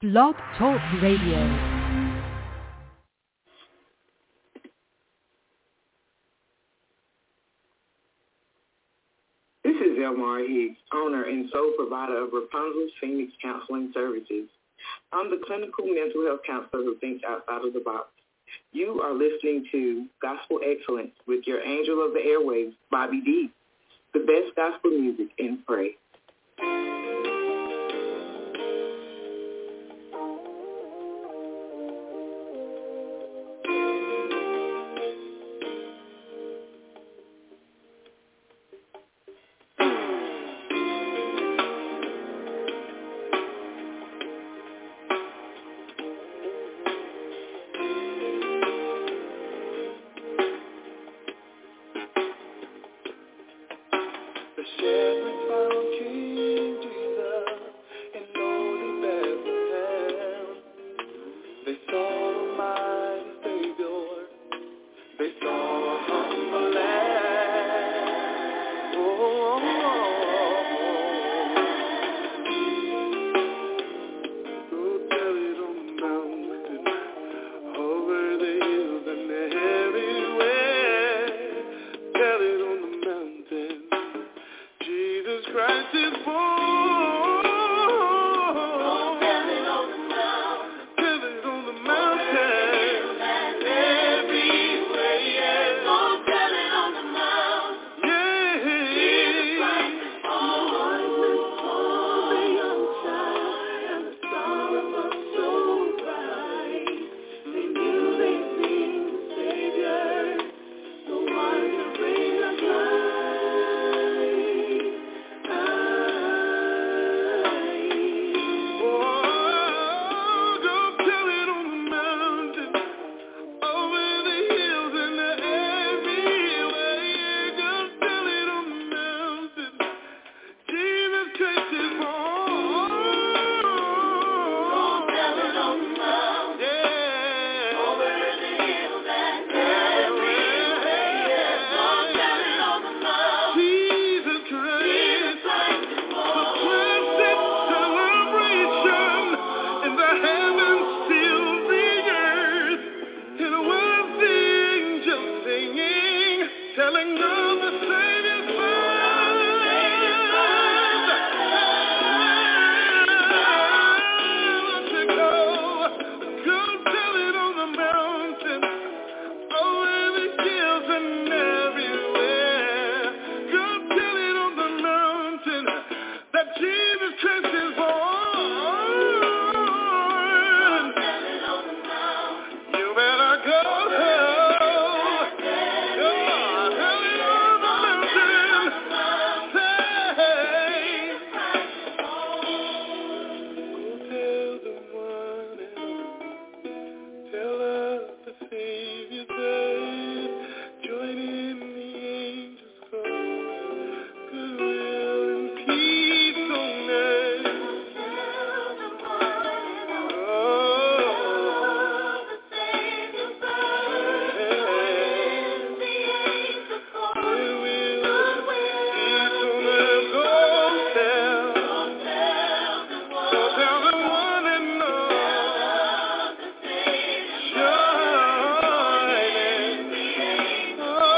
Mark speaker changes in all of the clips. Speaker 1: Blog Talk Radio.
Speaker 2: This is Elmar Hicks, owner and sole provider of Rapunzel's Phoenix Counseling Services. I'm the clinical mental health counselor who thinks outside of the box. You are listening to Gospel Excellence with your angel of the airwaves, Bobby D. The best gospel music and praise.
Speaker 3: Oh, oh, Oh, Oh.
Speaker 4: um,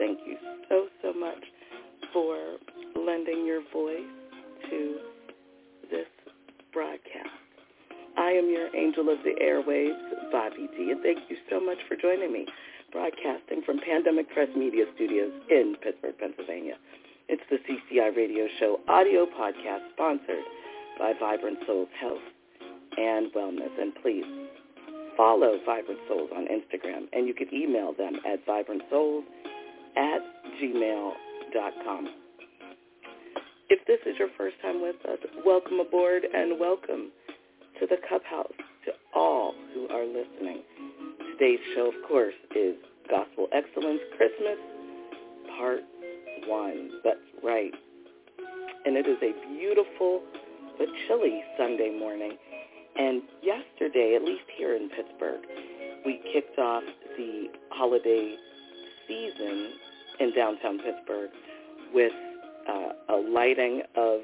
Speaker 3: Thank you so, so much
Speaker 4: for lending your voice to this broadcast. I am your angel of the airwaves, Bobby D, and thank you so much for joining me, broadcasting from Pandemic Press Media Studios in Pittsburgh, Pennsylvania. It's the CCI Radio Show audio podcast sponsored by Vibrant Souls Health and Wellness. And please follow Vibrant Souls on Instagram, and you can email them at vibrantsouls at gmail.com. If this is your first time with us, welcome aboard and welcome to the Cup House, to all who are listening. Today's show, of course, is Gospel Excellence Christmas Part 1. That's right. And it is a beautiful but chilly Sunday morning. And yesterday, at least here in Pittsburgh, we kicked off the holiday season in downtown Pittsburgh with uh, a lighting of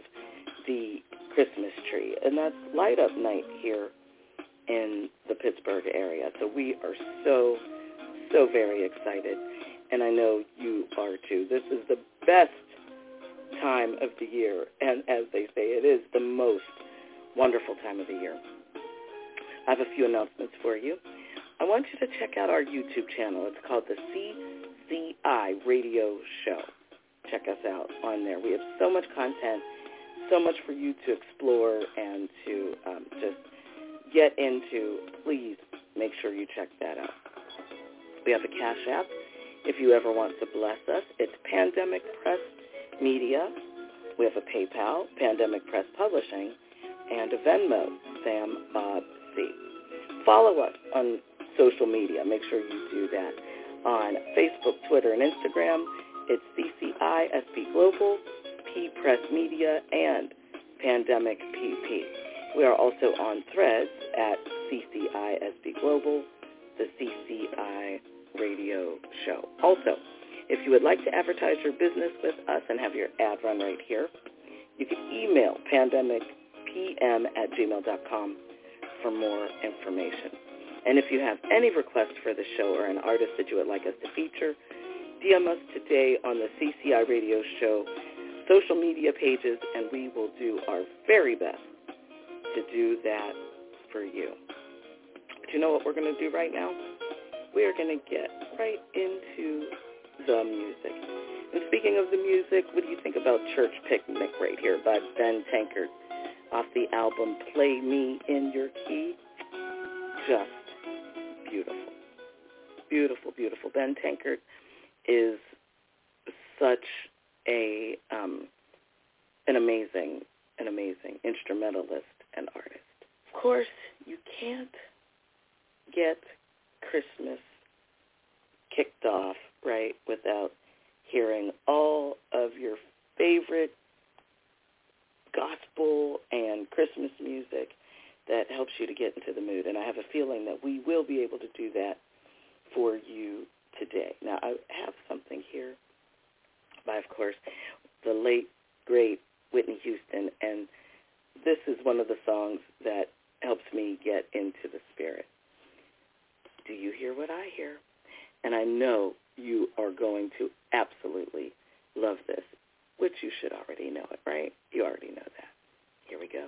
Speaker 4: the Christmas tree. And that's light up night here in the Pittsburgh area. So we are so, so very excited. And I know you are too. This is the best time of the year. And as they say, it is the most wonderful time of the year. I have a few announcements for you. I want you to check out our YouTube channel. It's called the CCI Radio Show. Check us out on there. We have so much content so much for you to explore and to um, just get into. Please make sure you check that out. We have a Cash App. If you ever want to bless us, it's Pandemic Press Media. We have a PayPal, Pandemic Press Publishing, and a Venmo, Sam Bob C. Follow us on social media. Make sure you do that on Facebook, Twitter, and Instagram. It's CCI SB Global. P Press Media and Pandemic PP. We are also on threads at CCISB Global, the CCI radio show. Also, if you would like to advertise your business with us and have your ad run right here, you can email pandemicpm at gmail.com for more information. And if you have any requests for the show or an artist that you would like us to feature, DM us today on the CCI radio show social media pages, and we will do our very best to do that for you. But you know what we're going to do right now? We are going to get right into the music. And speaking of the music, what do you think about Church Picnic right here by Ben Tankard off the album Play Me in Your Key? Just beautiful. Beautiful, beautiful. Ben Tankard is such a um, an amazing an amazing instrumentalist and artist. Of course, you can't get Christmas kicked off right without hearing all of your favorite gospel and Christmas music that helps you to get into the mood. And I have a feeling that we will be able to do that for you today. Now, I have something here by, of course, the late, great Whitney Houston. And this is one of the songs that helps me get into the spirit. Do you hear what I hear? And I know you are going to absolutely love this, which you should already know it, right? You already know that. Here we go.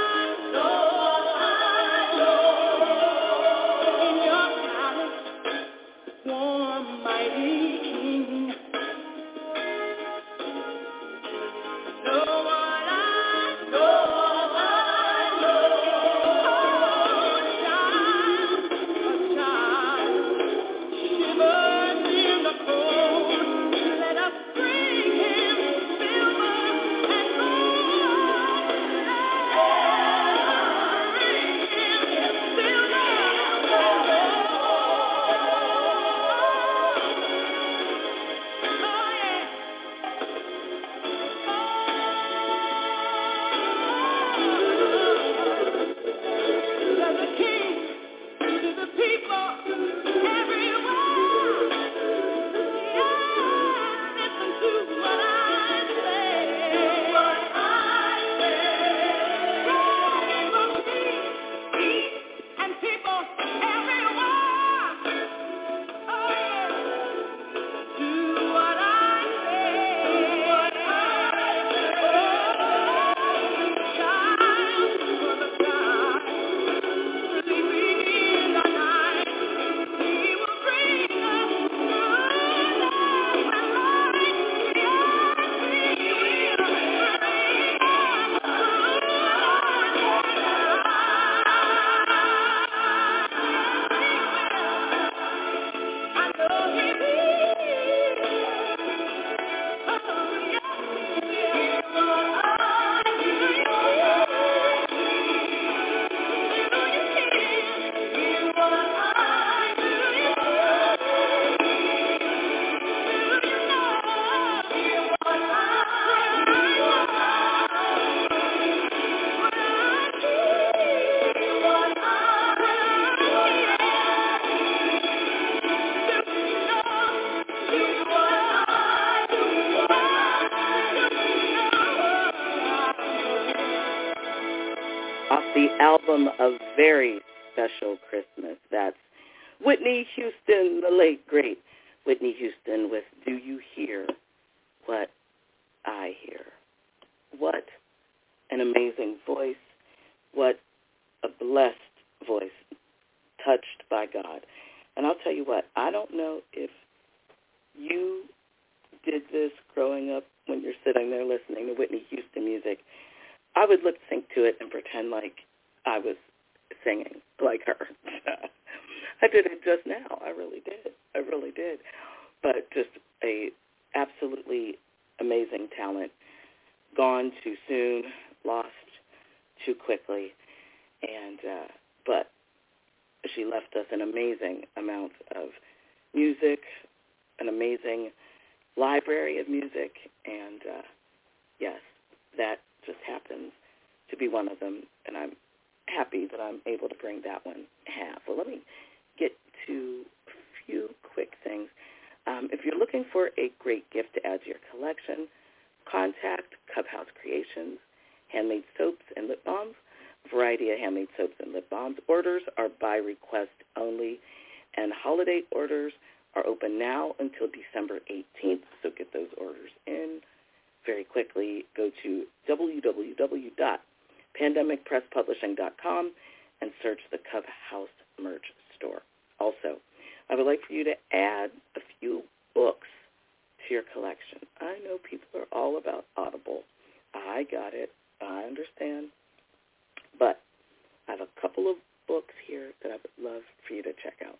Speaker 3: Oh,
Speaker 4: No one I them a very special Christmas. That's Whitney Houston, the late, great Whitney Houston with Do You Hear What I Hear? What an amazing voice. What a blessed voice touched by God. And I'll tell you what, I don't know if you did this growing up when you're sitting there listening to Whitney Houston music. I would lip sync to it and pretend like I was singing like her. I did it just now. I really did. I really did. But just a absolutely amazing talent gone too soon, lost too quickly. And uh but she left us an amazing amount of music, an amazing library of music, and uh, yes, that just happens to be one of them, and I'm happy that I'm able to bring that one half. Well, let me get to a few quick things. Um, if you're looking for a great gift to add to your collection, contact Cubhouse Creations, handmade soaps and lip balms variety of handmade soaps and lip balms. Orders are by request only, and holiday orders are open now until December 18th, so get those orders in very quickly. Go to www.pandemicpresspublishing.com and search the Cub House merch store. Also, I would like for you to add a few books to your collection. I know people are all about Audible. I got it. I understand. But I have a couple of books here that I would love for you to check out.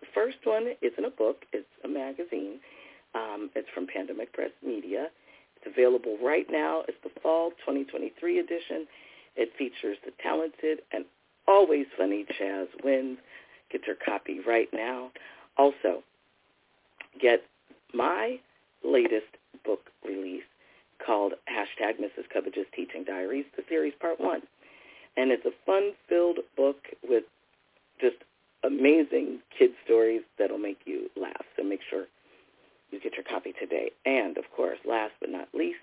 Speaker 4: The first one isn't a book. It's a magazine. Um, it's from Pandemic Press Media. It's available right now. It's the Fall 2023 edition. It features the talented and always funny Chaz Wins. Get your copy right now. Also, get my latest book release called hashtag Mrs. Covageous Teaching Diaries, the series part one and it's a fun-filled book with just amazing kid stories that'll make you laugh. So make sure you get your copy today. And of course, last but not least,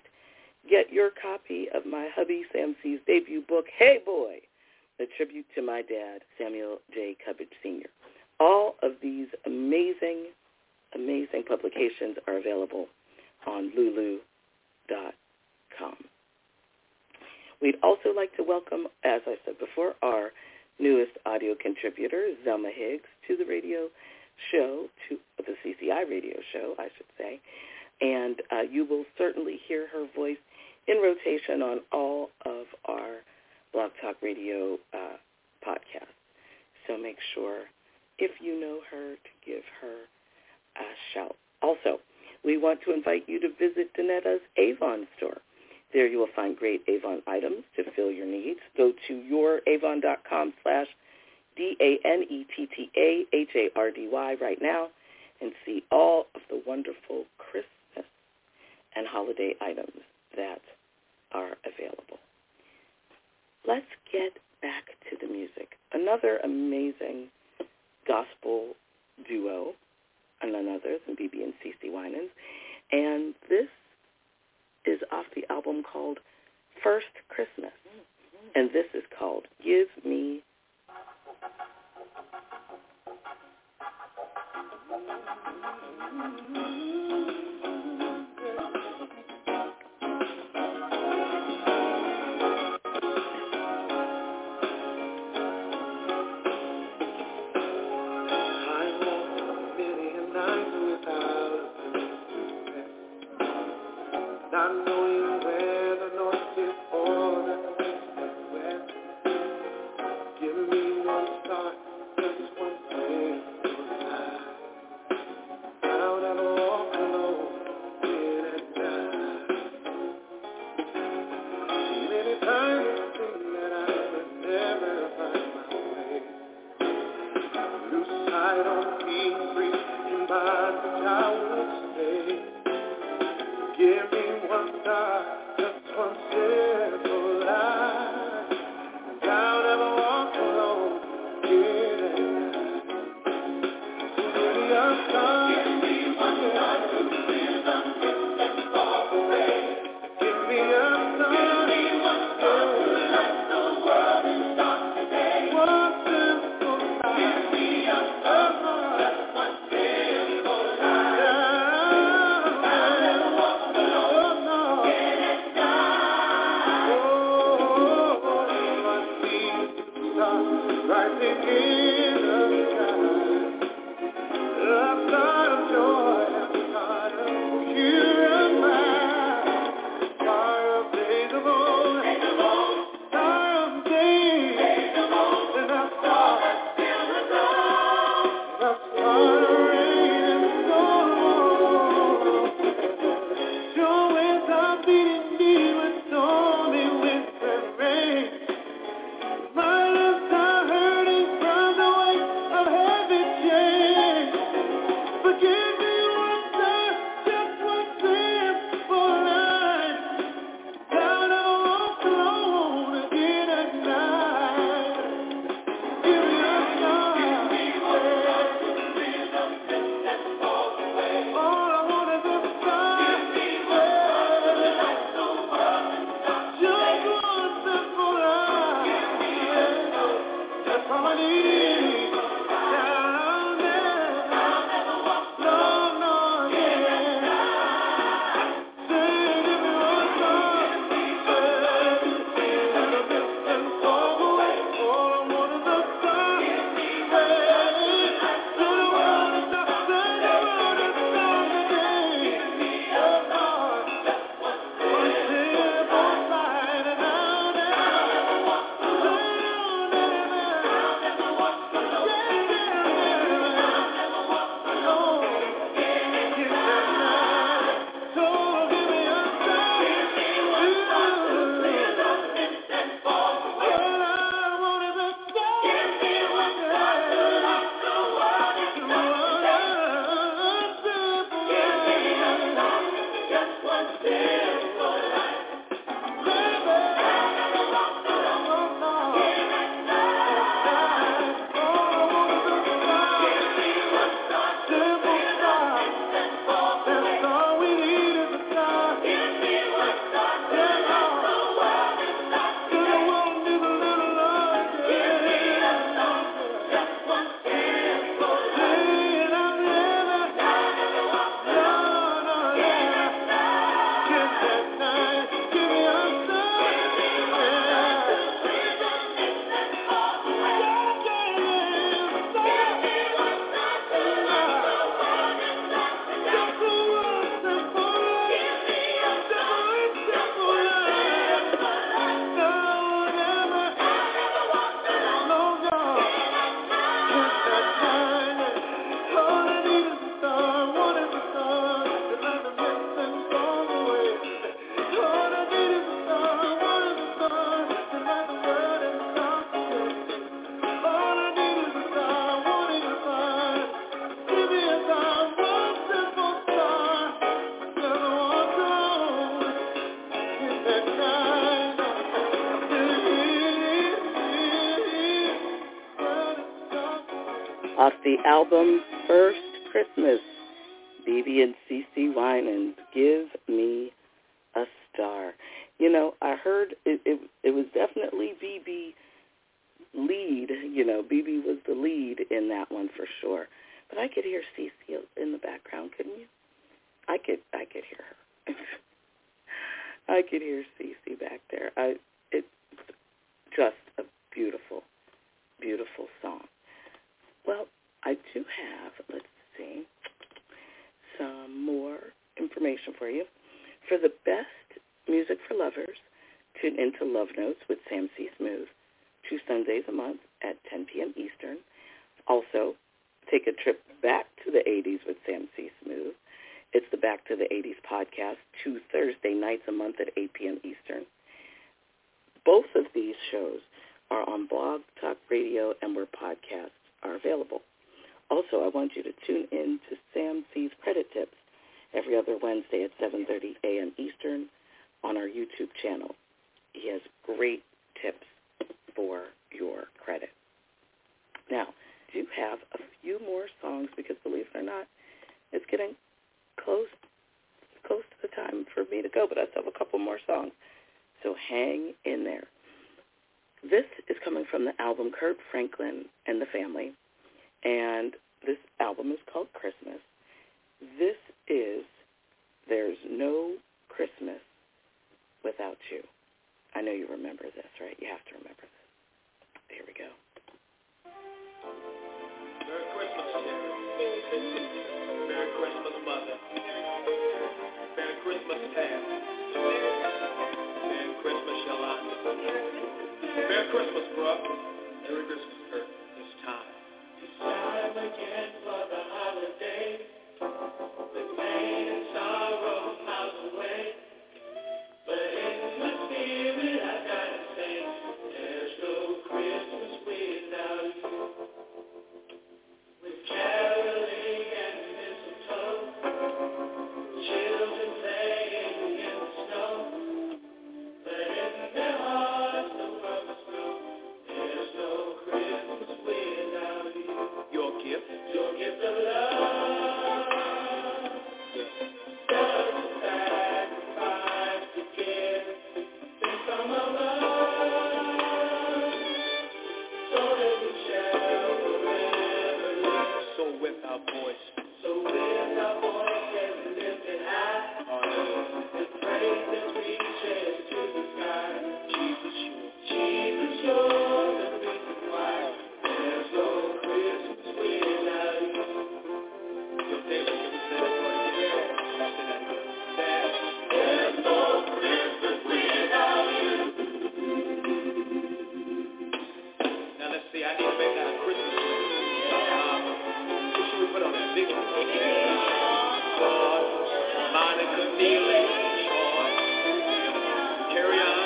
Speaker 4: get your copy of my hubby Sam C's debut book, Hey Boy, a tribute to my dad, Samuel J. Cubbage Sr. All of these amazing, amazing publications are available on lulu.com. We'd also like to welcome, as I said before, our newest audio contributor, Zelma Higgs, to the radio show, to the CCI radio show, I should say. And uh, you will certainly hear her voice in rotation on all of our Blog Talk Radio uh, podcasts. So make sure, if you know her, to give her a shout. Also, we want to invite you to visit Danetta's Avon store. There you will find great Avon items to fill your needs. Go to youravon.com slash E D-A-N-E-T-T-A-H-A-R-D-Y right now and see all of the wonderful Christmas and holiday items that are available. Let's get back to the music. Another amazing gospel duo, none other than BB and CC Winans. And this is off the album called First Christmas. And this is called Give Me
Speaker 3: Give me a sign. Give me one sign to light the world and start today. off the album First Christmas, BB and CC Winans, Give Me a Star. You know, I heard it, it, it was definitely BB lead, you know, BB was the lead in that one for sure. But I could hear CC in the background, couldn't you? I could I could hear her. I could hear CC back there. I it's just a beautiful beautiful song. Well, I do have, let's see, some more information for you. For the best music for lovers, tune into Love Notes with Sam C. Smooth, two Sundays a month at 10 p.m. Eastern. Also, take a trip back to the 80s with Sam C. Smooth. It's the Back to the 80s podcast, two Thursday nights a month at 8 p.m. Eastern. Both of these shows are on Blog Talk Radio and were podcasts are available. Also, I want you to tune in to Sam C's Credit Tips every other Wednesday at 7.30 a.m. Eastern on our YouTube channel. He has great tips for your credit. Now, I do have a few more songs because believe it or not, it's getting close close to the time for me to go, but I still have a couple more songs. So hang in there. This is coming from the album Kurt Franklin and the Family, and this album is called Christmas. This is There's No Christmas Without You. I know you remember this, right? You have to remember this. Here we go. up. Merry Christmas, Kurt. It's time. It's time again for the holiday. The pain and sorrow miles away. But in my spirit, I gotta say, there's no Christmas without you. With caroling and mistletoe, children playing in the snow. But in their hearts, the world is through. There's no Christmas without you. Your gift. Your gift of love. Yeah. Does the sacrifice to give this summer love so that we shall forever live. So with our voice. So with our voice and lift it high. Hallelujah. And praise that reaches to the sky. Jesus, you're Jesus, you're the reason why there's no Christmas without you. Your table can be set up for you. Say that again. There's there's no Christmas without you. Now let's see, I need to make that a Christmas song. Um, what should we put on that? Big one? Claude, Monica, Neil, Troy, Carry On,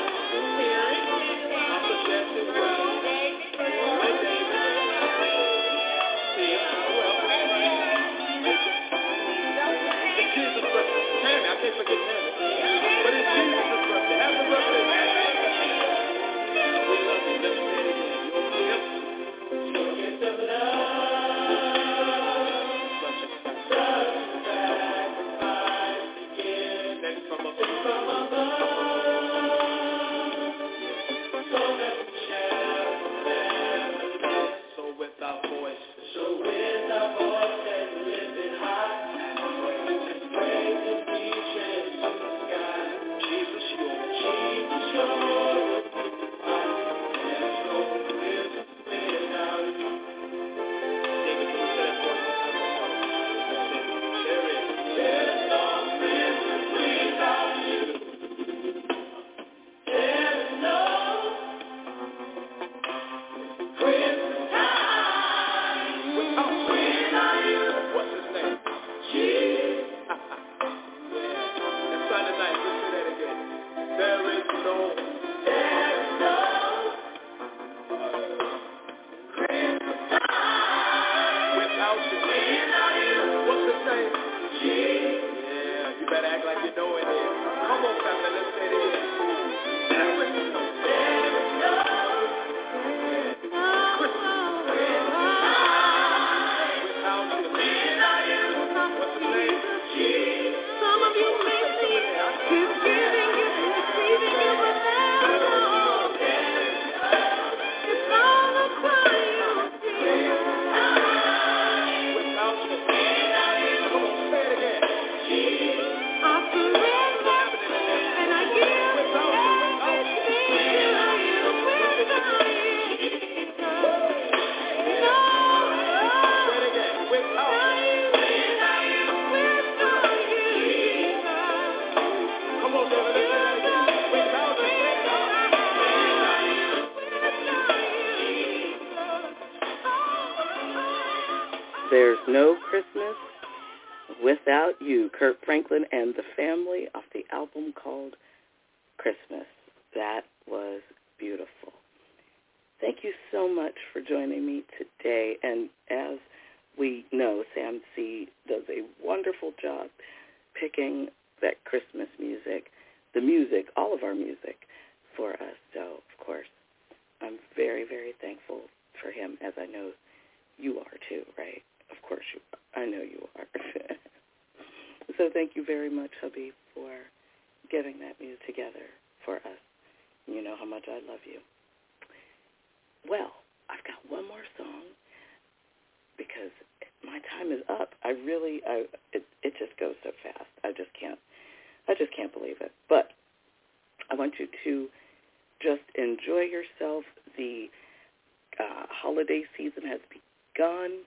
Speaker 3: Uncle Jesse, Will, Ray Davis, Sia, who else? It's Jesus' birthday. Tammy, I can't forget Tammy. But it's Jesus' birthday. Happy birthday, Jesus. We love you. Let's say it again. Your gift.
Speaker 4: There's No Christmas Without You, Kurt Franklin and the Family off the album called Christmas. That was beautiful. Thank you so much for joining me today. And as we know, Sam C does a wonderful job picking that Christmas music, the music, all of our music for us. So, of course, I'm very, very thankful for him, as I know you are too, right? Of course you are. I know you are. so thank you very much, hubby, for getting that music together for us. You know how much I love you. Well, I've got one more song because my time is up. I really, I, it, it just goes so fast. I just can't, I just can't believe it. But I want you to just enjoy yourself. The uh, holiday season has begun.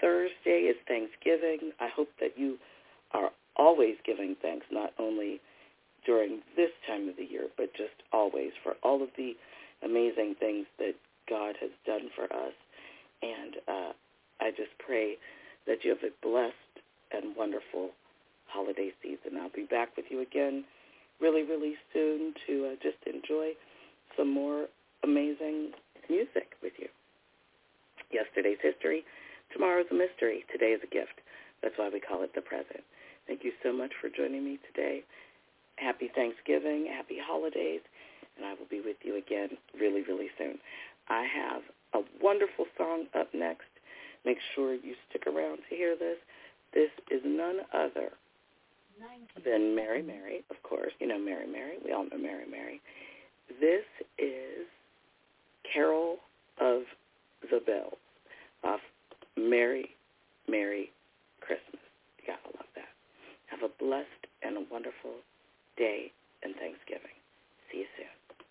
Speaker 4: Thursday is Thanksgiving. I hope that you are always giving thanks, not only during this time of the year, but just always for all of the amazing things that God has done for us. And uh, I just pray that you have a blessed and wonderful holiday season. I'll be back with you again really, really soon to uh, just enjoy some more amazing music with you. Yesterday's history, tomorrow's a mystery, today is a gift. That's why we call it the present. Thank you so much for joining me today. Happy Thanksgiving, happy holidays, and I will be with you again really, really soon. I have a wonderful song up next. Make sure you stick around to hear this. This is none other than Mary Mary, of course. You know Mary Mary. We all know Mary Mary. This is Carol of the Bells off Mary Mary Christmas. You gotta love that. Have a blessed and a wonderful day and Thanksgiving. See you soon.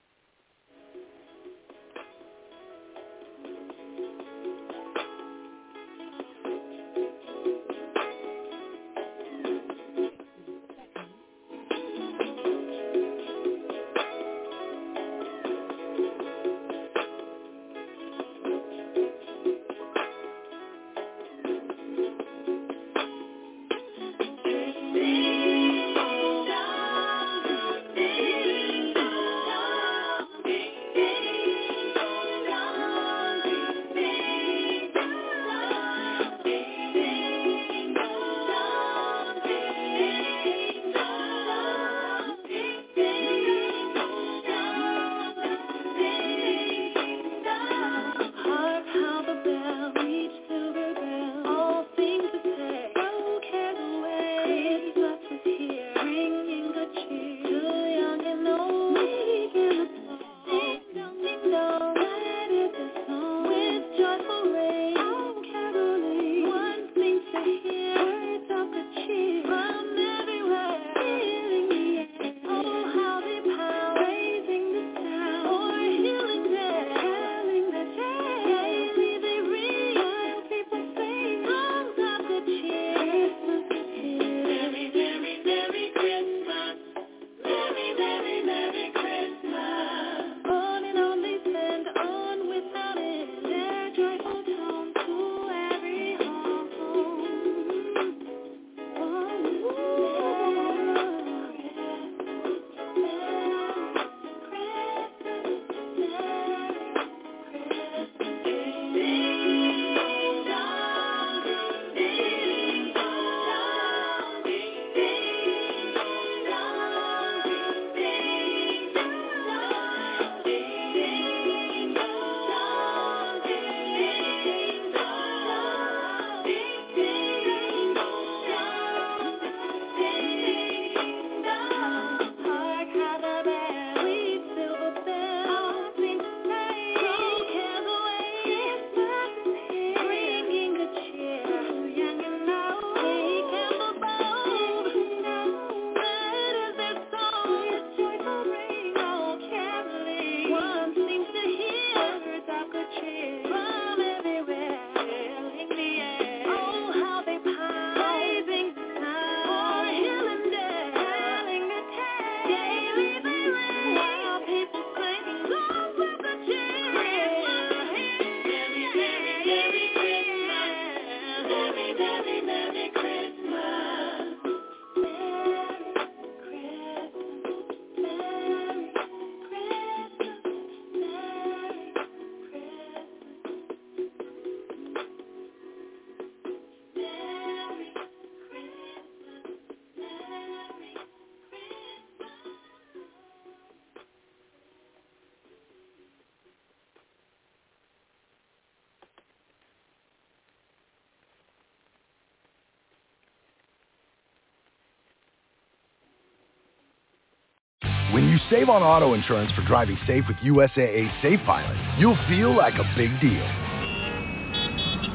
Speaker 5: When you save on auto insurance for driving safe with USAA Safe Pilot, you'll feel like a big deal,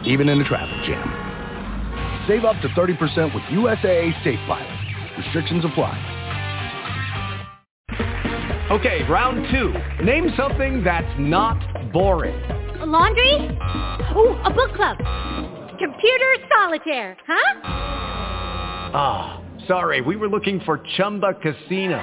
Speaker 5: even in a traffic jam. Save up to 30% with USAA Safe Pilot. Restrictions apply.
Speaker 6: Okay, round two. Name something that's not boring.
Speaker 7: A laundry? Ooh, a book club. Computer solitaire, huh?
Speaker 6: Ah, oh, sorry, we were looking for Chumba Casino.